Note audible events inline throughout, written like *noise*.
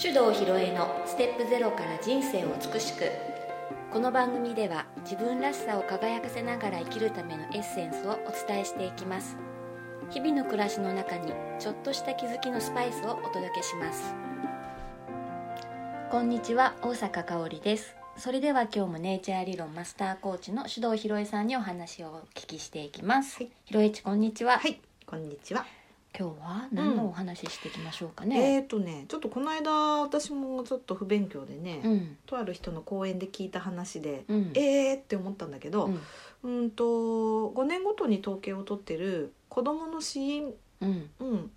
手動ひろえのステップゼロから人生を美しくこの番組では自分らしさを輝かせながら生きるためのエッセンスをお伝えしていきます日々の暮らしの中にちょっとした気づきのスパイスをお届けしますこんにちは大阪香織ですそれでは今日もネイチャー理論マスターコーチの手動ひろえさんにお話をお聞きしていきます、はいひろえちこんにちは、はい、こんにちは。今日は何のお話ししていきましょうかえね、っ、とね、ちょっとこの間私もちょっと不勉強でね、うんとある人の講演で聞いた話で、うんえーって思ったんだけど、うんうん、と5年ごとに統計を取ってる子どもの死因、うんうん、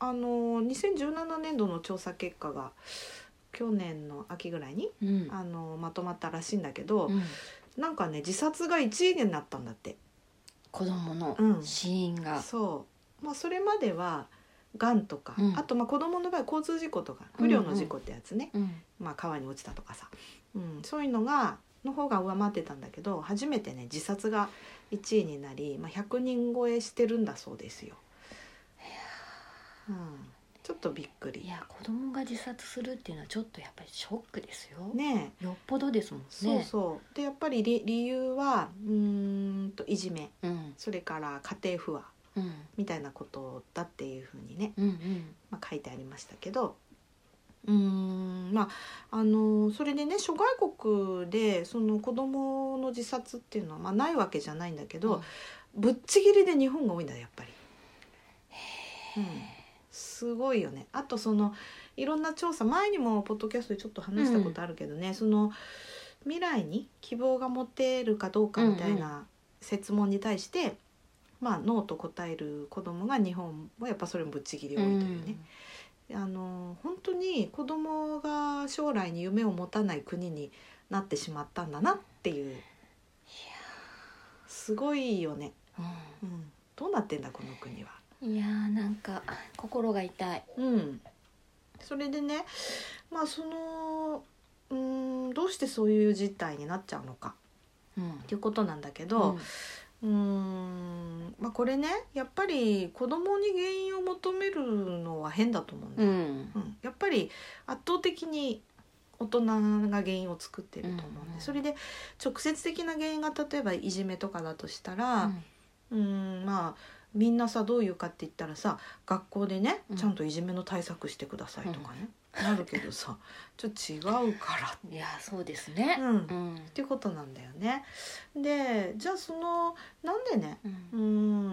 あの2017年度の調査結果が去年の秋ぐらいにうんあのまとまったらしいんだけど、うんなんかね自殺が1位になったんだって。子供のうん死因が、そう、まあ、それまではがんとか、うんあとまあ子供の場合交通事故とか不慮の事故ってやつね、うんまあ、川に落ちたとかさ、うん、そういうのがの方が上回ってたんだけど初めてね自殺が1位になり、まあ、100人超えしてるんだそうですよ。うん、ちょっとびっくいり。や子供が自殺するっていうのはちょっとやっぱりショックですよ、ねえよっぽどですもんねそうそうでやっぱり理理由はうーんといじめうんそれから家庭不和うんみたいなことだっていうふうにねうんうんまあ、書いてありましたけどうーんまああのそれでね諸外国でその子供の自殺っていうのは、まあ、ないわけじゃないんだけど、ぶっちぎりで日本が多いんだよやっぱり。うんすごいよねあとそのいろんな調査前にもポッドキャストでちょっと話したことあるけどね、その未来に希望が持てるかどうかみたいな設問に対して、まあノーと答える子供が日本はやっぱそれもぶっちぎり多いというね、あの本当に子供が将来に夢を持たない国になってしまったんだなっていうすごいよね、うんうん、どうなってんだこの国は。うんいやーなんか心が痛いうん、それでねまあそのうーんどうしてそういう事態になっちゃうのかうんっていうことなんだけど、うーんまあ、これねやっぱり子供に原因を求めるのは変だと思うんだようんうんうん、やっぱり圧倒的に大人が原因を作ってると思うんで、うんうんそれで直接的な原因が例えばいじめとかだとしたら、うん、まあみんなさどういうかって言ったらさ学校でねうんちゃんといじめの対策してくださいとかね、なるけどさちょっと違うかいやーそうですねら、うんっうんていうことなんだよね。でじゃあそのなんでねうん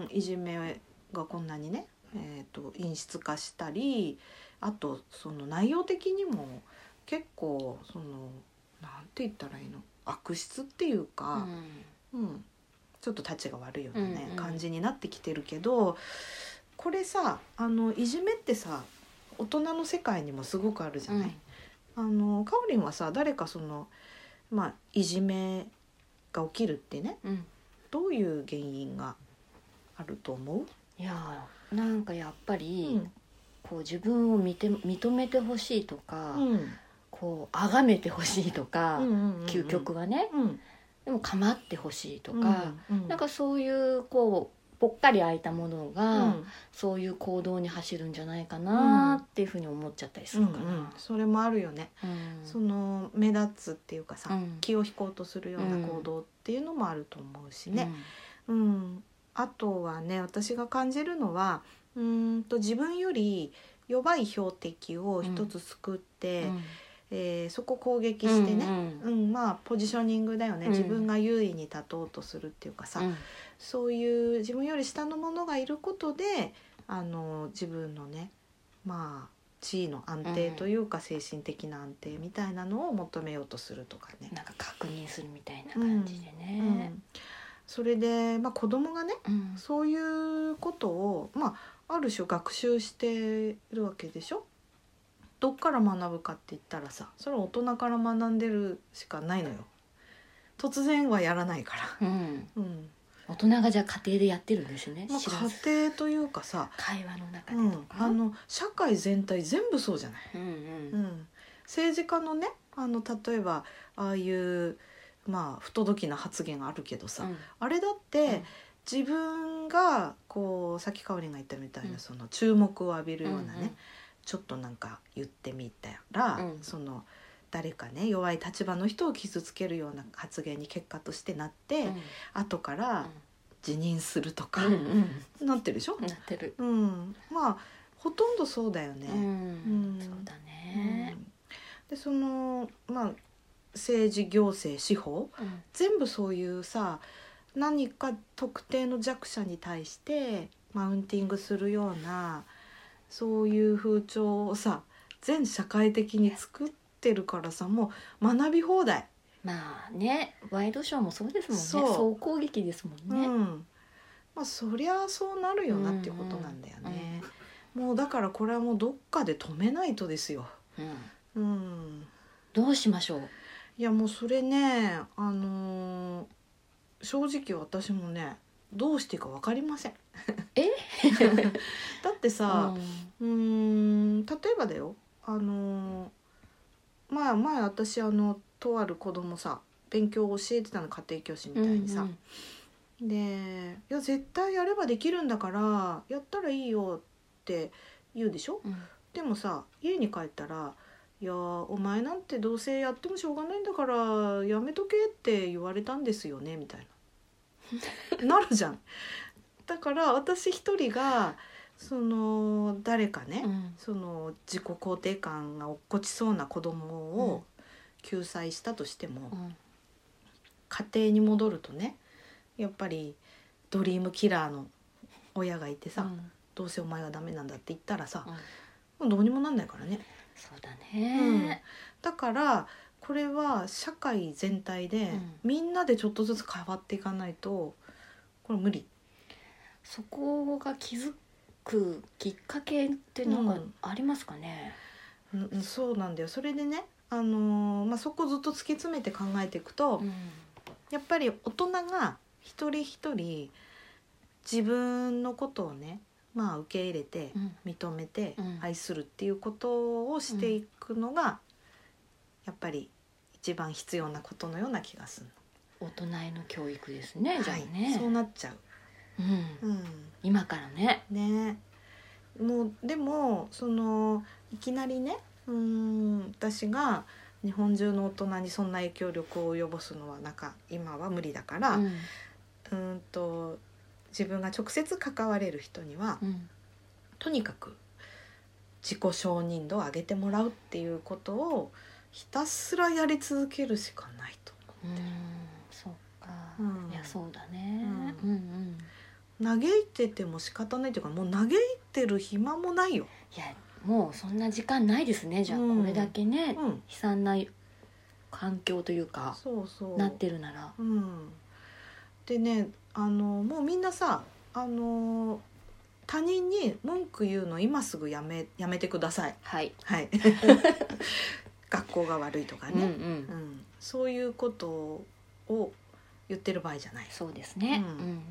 うーんいじめがこんなにね、えー、と陰湿化したりあとその内容的にも結構そのなんて言ったらいいの悪質っていうか、うんちょっとたちが悪いようなね、うんうん感じになってきてるけどこれさあのいじめってさ大人の世界にもすごくあるじゃない。あのかおりんはさ誰かその、まあ、いじめが起きるってねうんどういう原因があると思ういやーなんかやっぱり、うんこう自分を見て認めてほしいとか、こう崇めてほしいとか、究極はねうんでも構ってほしいととか、、うんなんかそういうこうぽっかり空いたものうが、んそういう行動に走るんじゃないかなっていうふうに思っちゃったりすうんるうんかな。それもあるよね、うんその目立つっていうかさ、うん気を引こうとするような行動っていうのもあると思うしね、うんあとはね私が感じるのはうーんと自分より弱い標的を一つ作って、うんえーそこ攻撃してね、ううんんまあポジショニングだよね、うん自分が優位に立とうとするっていうかさ、うんそういう自分より下の者がいることであの自分のねまあ地位の安定というか、精神的な安定みたいなのを求めようとするとかね。なんか確認するみたいな感じでうね。ん、それで、まあ、子供がねうんそういうことを、まあ、ある種学習してるわけでしょどっから学ぶかって言ったらさそれは大人から学んでるしかないのよ。突然はやらないから。うんうん、大人がじゃあ家庭でやってるんですね。ま知らあ、ず家庭というかさ会話の中うでとん、か。あの社会全体全部そうじゃない、うんううんん、政治家のねあの例えばああいう、まあ、不届きな発言があるけどさ、うんあれだって、自分がこうさっきかおりんが言ったみたいな、その注目を浴びるようなね、うんうんちょっとなんか言ってみたら、うんその誰かね弱い立場の人を傷つけるような発言に結果としてなって、後から辞任するとか、うんうんなってるでしょう、んなってるうん、まあほとんどそうだよね。うんうんそうだねうんでそのまあ政治行政司法うん全部そういうさ何か特定の弱者に対してマウンティングするようなそういう風潮をさ全社会的に作ってるからさもう学び放題、まあねワイドショーもそうですもんねそう総攻撃ですもうんねんまあそりゃそうなるよなっていうことなんだよね、もうだからこれはもうどっかで止めないとですようんうんどうしましょういやもうそれねあのー正直私もねどうしていいか分かりません。え *laughs* だってさうーん例えばだよあのー前前私あのとある子供さ勉強を教えてたの家庭教師みたいにさ、で「いや絶対やればできるんだからやったらいいよ」って言うでしょうんうんでもさ家に帰ったら「いやーお前なんてどうせやってもしょうがないんだからやめとけ」って言われたんですよねみたい *laughs* ななるじゃん。だから私一人がその誰かね、うんその自己肯定感が落っこちそうな子供を救済したとしても、うん家庭に戻るとねやっぱりドリームキラーの親がいてさ、うんどうせお前がダメなんだって言ったらさう、んもうどうにもなんないからね。そうだねだからこれは社会全体で、んみんなでちょっとずつ変わっていかないとこれ無理そこが気づくきっかけってなんかありますかねうんうんそうなんだよそれでね、あのーまあ、そこずっと突き詰めて考えていくと、うんやっぱり大人が一人一人自分のことをね、まあ、受け入れてうん認めてうん愛するっていうことをしていくのがやっぱり一番必要なことのような気がする大人への教育ですね、の、じゃあはいねそうなっちゃうんう。うん今からねねもうでもそのいきなりねうーん私が日本中の大人にそんな影響力を及ぼすのはなんか今は無理だから、う、うんんんと自分が直接関われる人には、うんとにかく自己承認度を上げてもらうっていうことをひたすらやり続けるしかないとうんそうか、うんいやそうだね、う、うんんうん嘆いてても仕方ないというかもう嘆いてる暇もないよ。いやもうそんな時間ないですねじゃあ、うんこれだけね、悲うん、惨な環境というかそうそうなってるならうん、でねあのもうみんなさあの他人に文句言うの今すぐやめやめてください、はい、 *laughs* はい、学校が悪いとかうんうんね、うんそういうことを言ってる場合じゃないそうですね、うんうん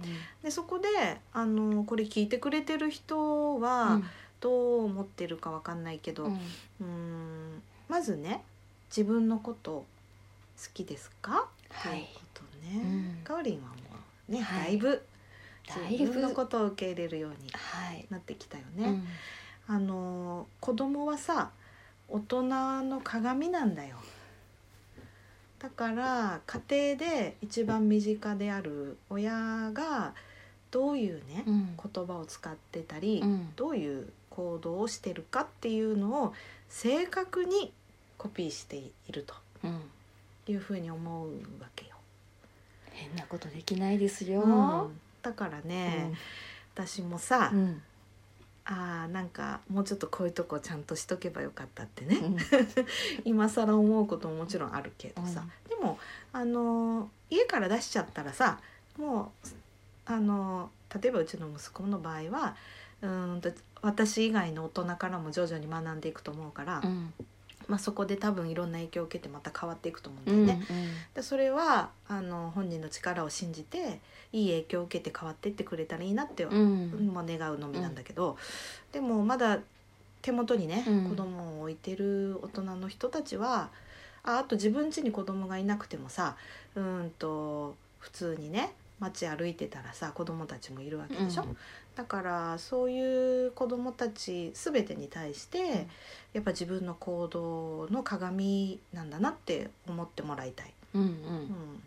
でそこであのこれ聞いてくれてる人うんはどう思ってるかわかんないけど、うんうーんまずね自分のこと好きですか、はといういことね。うんかおりんはもうね、はいだいぶだい自ぶ分のことを受け入れるようにはい、なってきたようね、んあのー子供はさ大人の鏡なんだよだから家庭で一番身近である親がどういうね、うん言葉を使ってたり、うんどういう行動をしてるかっていうのを正確にコピーしているとうんいうふうに思うわけよ。変なことできないですよ、うんだからね、私もさ、うんうんあーなんかもうちょっとこういうとこちゃんとしとけばよかったってね、うん *laughs* 今更思うことももちろんあるけどさ、でも、あのー家から出しちゃったらさもう、あのー例えばうちの息子の場合はうーんと私以外の大人からも徐々に学んでいくと思うから、うんまあ、そこで多分いろんな影響を受けてまた変わっていくと思うんだうんよね。でそれはあの本人の力を信じていい影響を受けて変わっていってくれたらいいなってうんうんもう願うのみなんだけど、でもまだ手元にね、うん子供を置いてる大人の人たちはああと自分家に子供がいなくてもさうーんと普通にね街歩いてたらさ子供たちもいるわけでしょ、うんだからそういう子どもたち全てに対して、やっぱ自分の行動の鏡なんだなって思ってもらいたい。うんううんん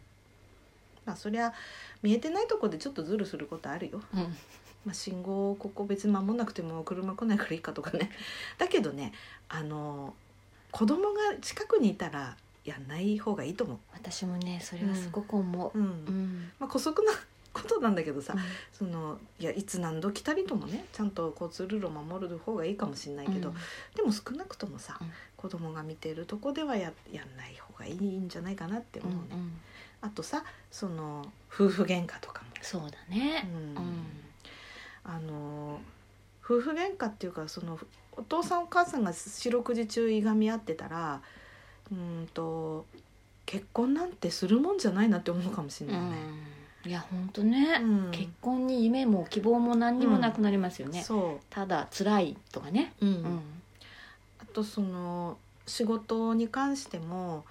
まあそりゃ見えてないとこでちょっとズルすることあるよ。うんまあ、信号ここ別に守んなくても車来ないからいいかとかね。 *laughs* だけどねあの子供が近くにいたらやんない方がいいと思う。私もねそれはすごく思ううんうんまあ、姑息なことなんだけどさ、うんそのいやいつ何度来たりともねちゃんと交通ルールを守る方がいいかもしれないけど、うんでも少なくともさ、うん子供が見てるとこではややんない方がいいんじゃないかなってう思んうね、うんあとさその夫婦喧嘩とかも、そうだねうんうんあの夫婦喧嘩っていうかそのお父さんお母さんが四六時中いがみ合ってたらうーんと結婚なんてするもんじゃないなって思うかもしれうないね。んいや本当ねうん結婚に夢も希望も何にもなくなりますよねそうただ辛いとかねうんうんあとその仕事に関しても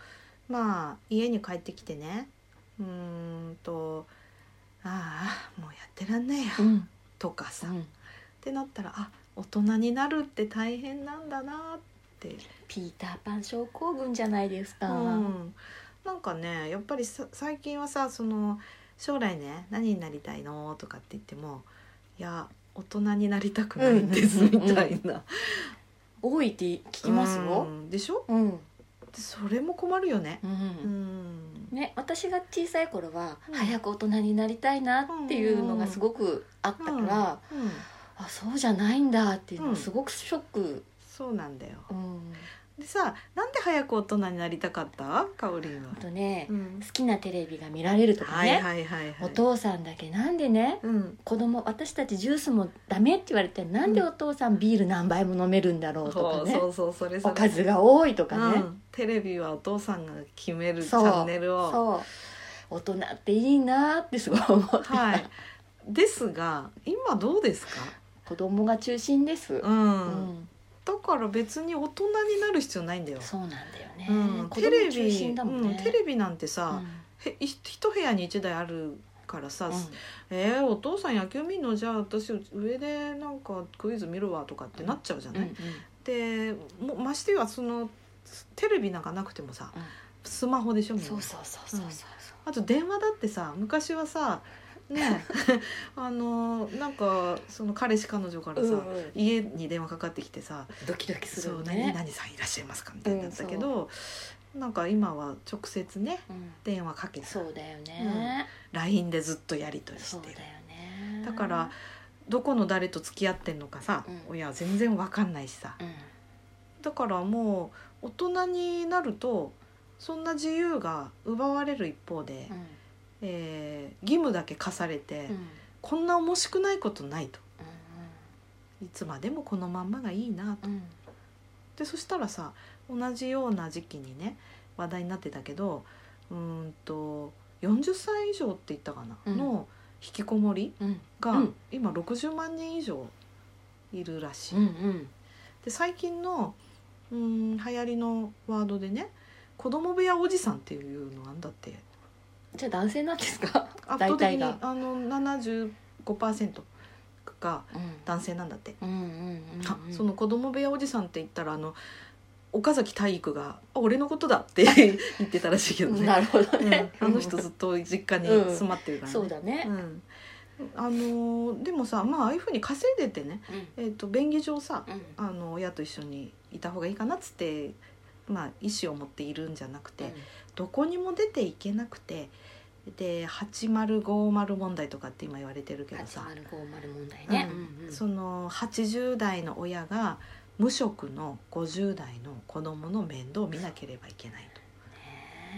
まあ家に帰ってきてねうーんと「ああもうやってらんないようん」とかさ、うっんてなったらあ大人になるって大変なんだなって、ピーターパン症候群じゃないですうかん、なんかねやっぱりさ最近はさその将来ね何になりたいのとかって言ってもいや大人になりたくないですみたいな。多いって聞きますようんでしょうんでそれも困るよね。ううんんね、私が小さい頃はうん早く大人になりたいなっていうのがすごくあったから、うんあうんそうじゃないんだっていうのうんがすごくショック、そうなんだようん、でさなんで早く大人になりたかったかおりんはあ、とね、うん好きなテレビが見られるとかはね、いはいはいはいお父さんだけなんでねうん子供私たちジュースもダメって言われてなんでお父さんビール何杯も飲めるんだろうとそかうね、そうそうそれそおれかずが多いとかね、うん、テレビはお父さんが決めるチそうャンネルをそう大人っていいなってすごい思ってた、はいですが今どうですか子供が中心です、うん、うんだから別に大人になる必要ないんだよそうなんだよね。うん、子テ供レ中ビ、心だもんうん、ね。テレビなんてうさ、んへい一部屋に一台あるからさ、うんえー、お父さん野球見んのじゃあ私上でなんかクイズ見るわとかってなっちゃうじゃない、うんうんでもましてはそのテレビなんかなくてもさ、うんスマホでしょみんなそうそうそうそうそうそう。あと電話だってさ昔はさね *laughs* あのなんかその彼氏彼女からさ、うんうん家に電話かかってきてさドキドキ「すそるよう何ね。々さんいらっしゃいますか?」みたいになったけど、なんか今は直接ねうん電話かけてそうだよね。 LINE でずっとやり取りしそうだてよる。ね。だから、どこの誰と付き合ってんのかさ、うん親は全然わかんないしさうん、だからもう大人になるとそんな自由が奪われる一方で、うんえー義務だけ課されて、うんうんこんな面白くないことないといつまでもこのまんまがいいなとうんでそしたらさ同じような時期にね話題になってたけどうーんと40歳以上って言ったかな、うんの引きこもりうんが、うん今60万人以上いるらしい。うんうんで最近のうーん流行りのワードでね子供部屋おじさんっていうのなんだってじゃあ男性なんですか？圧倒大的体にが。あの75%がうん男性なんだって、うんうんうんうんあその子供部屋おじさんって言ったらあの岡崎体育が「あ俺のことだ」って *laughs* 言ってたらしいけどねなるほどね。うんあの人ずっと実家に住まってるからね。そうだねう。んあのーでもさまあああいうふうに稼いでてね、うんえー、と便宜上さ、うんあの親と一緒にいた方がいいかなっつって、まあ、意思を持っているんじゃなくて、どこにも出ていけなくてで8050問題とかって今言われてるけどさ、 8050問題ね。うんうんうんその80代の親が無職の50代の子供の面倒を見なければいけないと。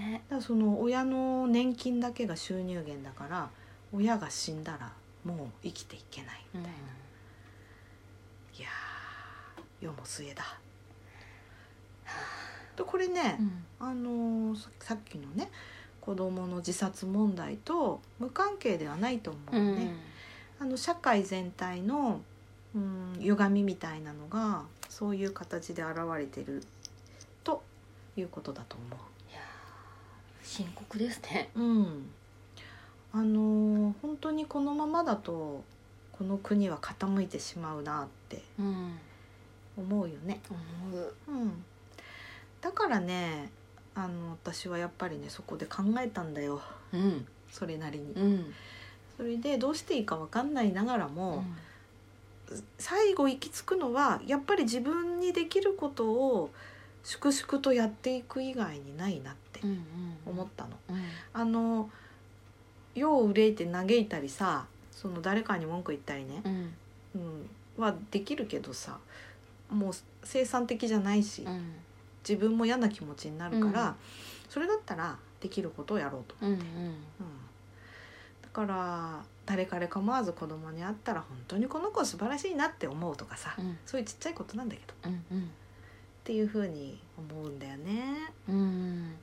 ねだからその親の年金だけが収入源だから親が死んだらもう生きていけないえみたいな、いやー世も末だ。でこれね、うんあのーささっきのね子どもの自殺問題と無関係ではないと思ううんのね、あの社会全体のうん歪みみたいなのがそういう形で現れてるということだと思いやー深刻ですね。う。うん、あのー本当にこのままだと子この国は傾いてしまうなってうん思うよね。思ううん、だからねあの私はやっぱりねそこで考えたんだようんそれなりに。うんそれでどうしていいか分かんないながらうも、ん最後行き着くのはやっぱり自分にできることを粛々とやっていく以外にないなってうんうん思ったの。うんあの世を憂いて嘆いたりさその誰かに文句言ったりねう、んうん、はできるけどさもう生産的じゃないしうん自分も嫌な気持ちになるから、うんそれだったらできることをやろうと、うんうんうん、だから誰彼構わず子供に会ったら本当にこの子素晴らしいなって思うとかさ、うんそういうちっちゃいことなんだけどっうんうんていうふうに思うんだよね。うん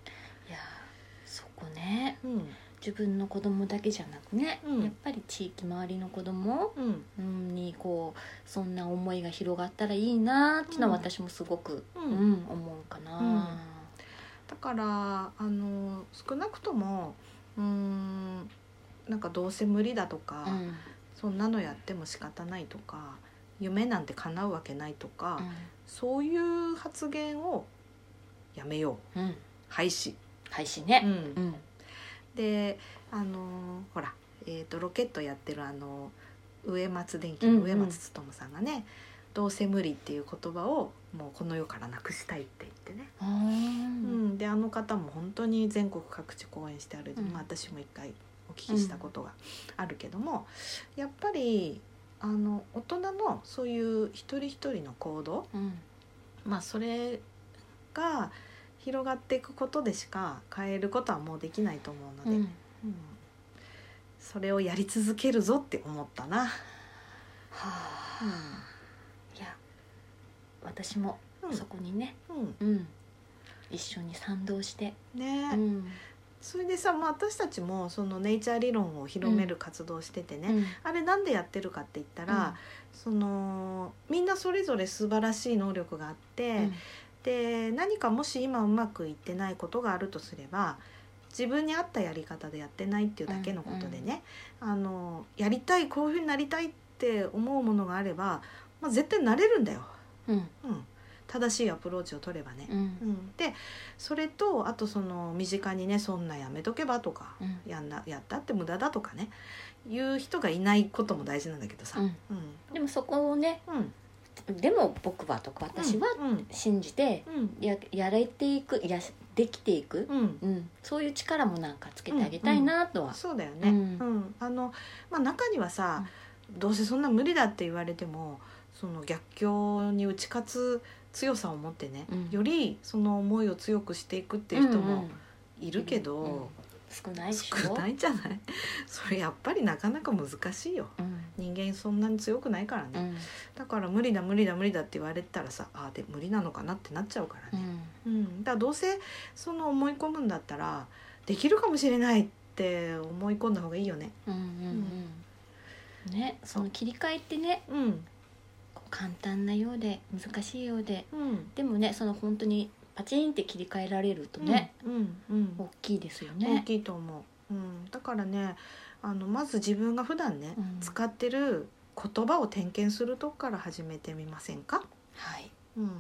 いやそこねうん自分の子供だけじゃなくね、うんやっぱり地域周りの子供うんうんにこうそんな思いが広がったらいいなっていうのはうん私もすごく、ううんん思うかな、だからあの少なくともうーんなんかどうせ無理だとか、うんうんそんなのやっても仕方ないとか夢なんて叶うわけないとか、そういう発言をやめよううん廃止、配信うね、んうんであのほら、えー、とロケットやってるあの植松電機うんのうん植松勉さんがね、どうせ無理っていう言葉をもうこの世からなくしたいって言ってねあーうん、であの方も本当に全国各地講演してある、うんまあ、私も一回お聞きしたことがあるけども、やっぱりあの大人のそういう一人一人の行動、うんまあ、それが広がっていくことでしか変えることはもうできないと思うのうで、んうんそれをやり続けるぞって思ったな。はあ、いや私もうんそこにね、うんうん、一緒に賛同して、ねうんそれでさ、まあ、私たちもそのネイチャー理論を広める活動をしててね、うんあれなんでやってるかって言ったら、そのみんなそれぞれ素晴らしい能力があって、うんで何かもし今うまくいってないことがあるとすれば自分に合ったやり方でやってないっていうだけのことでね、あのやりたいこういうふうになりたいって思うものがあれば、まあ、絶対なれるんだよ、うんうん、正しいアプローチを取ればね。うんうん、でそれとあとその身近にねそんなやめとけばとか、うんやんなやったって無駄だとかねいう人がいないことも大事なんだけどさ。うんうんでもそこをねうん、でも僕はとか私はうん信じてうんややれていくやできていく、うんうん、そういう力もなんかつけてあげたいなとは、そうだよね、ううんんあのまあ、中にはさ、どうせそんな無理だって言われてもその逆境に打ち勝つ強さを持ってね、うんよりその思いを強くしていくっていう人うんうもんいるけど、うんうん少ないでしょ、少ないいじゃない *laughs* それやっぱりなかなか難しいようん人間そんなに強くないからね、うんだから無理だ無理だ無理だって言われたらさあーで無理なのかなってなっちゃうからね、うんうん、だからどうせその思い込むんだったらできるかもしれないって思い込んだ方がいいよね。うんうんうんねその切り替えってねうん、こう簡単なようで難しいようでうん、でもねその本当にパチンって切り替えられるとね、うん、うん、大きいですよ大ね。きいと思う。うん、だからね、あのまず自分が普段ね、うん使ってる言葉を点検するとこから始めてみませんか。はい、うん、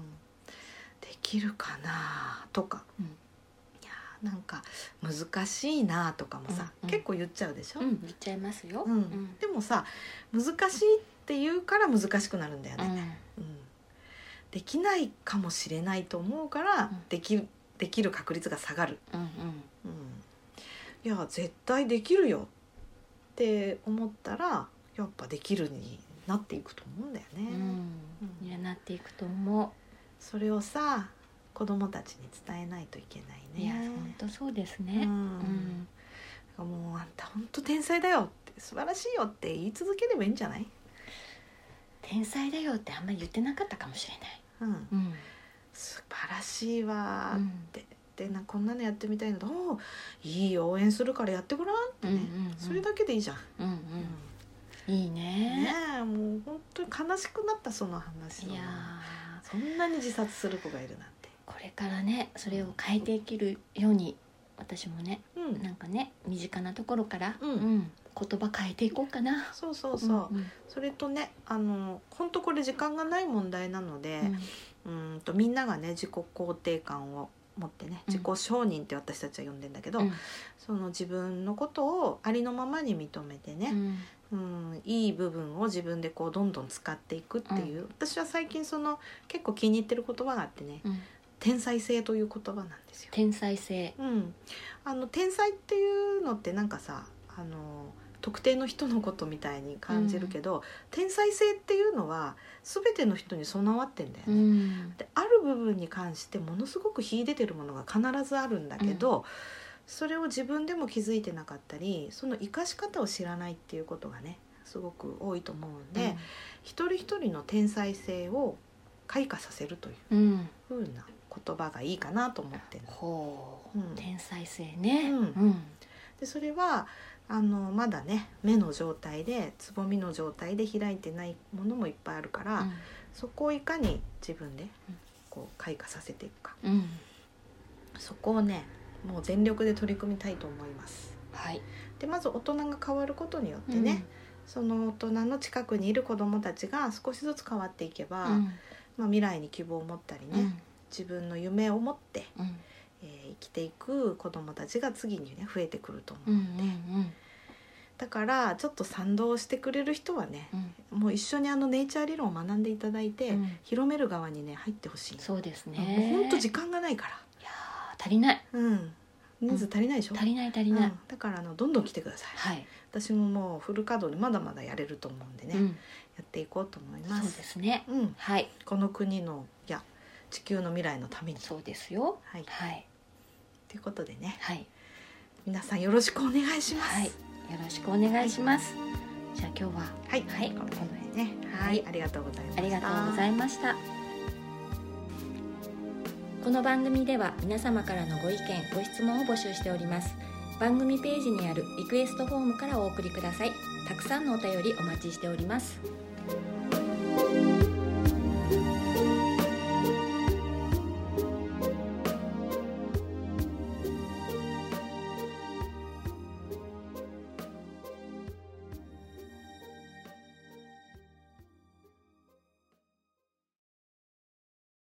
できるかなとか。うんいやーなんか難しいなとかもさ、うんうん結構言っちゃうでしょ、うん、言っちゃいますよ。うんでもさ難しいって言うから難しくなるんだよね、うんできないかもしれないと思うから、んできできる確率が下がる、うんうん、いや絶対できるよって思ったらやっぱできるになっていくと思うんだよう、ねんう、うんんいやなっていくと思それをさ子供たちに伝えないといけなう、いねいや本当そうですうね。うんん、もうあんた本当天才だよって素晴らしいよって言い続ければいいんじゃない、天才だよってあんまり言ってなかったかもしれない。うん、うん素晴らしいわうーっんて、でなこんなのやってみたいのと「おーいいよ応援するからやってごらん」ってね、うんうんうんそれだけでいいじゃん、うんうん、いいねね。えもう本当に悲しくなったその話いやーそんなに自殺する子がいるなんてこれからねそれを変えていけるように私もねうんなんかね身近なところから、うんん言葉変えていこうかな。そうそうそう、うんうんそれとねあの本当これ時間がない問題なのでう、んうーんとみんながね自己肯定感を持ってねうん自己承認って私たちは呼んでんだけど、うんその自分のことをありのままに認めてうね、んうん、いい部分を自分でこうどんどん使っていくっていう、私は最近その結構気に入ってる言葉があってねうん天才性という言葉なんですよ。天才性。うん、あの天才っていうのってなんかさあの特定の人のことみたいに感じるけど、天才性っていうのは全ての人に備わってんだようね。んである部分に関してものすごく秀でてるものが必ずあるんだけど、それを自分でも気づいてなかったりその生かし方を知らないっていうことがねすごく多いと思うんで、一人一人の天才性を開花させるといううんうんふうな言葉がいいかなと思ってるほううん天才性ね。うんうんでそれはあのまだね芽の状態でつぼみの状態で開いてないものもいっぱいあるから、そこをいかに自分でこう開花させていくか。うんうんそこをねもう全力で取り組みたいと思いますはい。でまず大人が変わることによってね、その大人の近くにいる子どもたちが少しずつ変わっていけうば、ん。まあ、未来に希望を持ったりね、うんうん自分の夢を持って、うんえー生きていく子どもたちが次にね増えてくると思う、うんうんだからちょっと賛同してくれる人はねうんもう一緒にあのネイチャー理論を学んでいただいて、うん広める側にね入ってほしいのそうですね。うんもうほんと時間がないかいやー足りないら、うん、人数足りないでしょ、足りない足りない。うんだからあのどんどん来てくださいはい。私ももうフル稼働でまだまだやれると思うんでね、うやんっていこうと思いそまうすですね。うん、はい。この国のいや地球の未来のためにそうですよ。はいはいということでねはい皆さんよろしくお願いしますはい。よろしくお願いします。じゃあ今日ははい、はいこの辺でねはい、はいありがとうございましたありがとうございましたこの番組では皆様からのご意見ご質問を募集しております番組ページにあるリクエストフォームからお送りくださいたくさんのお便りお待ちしております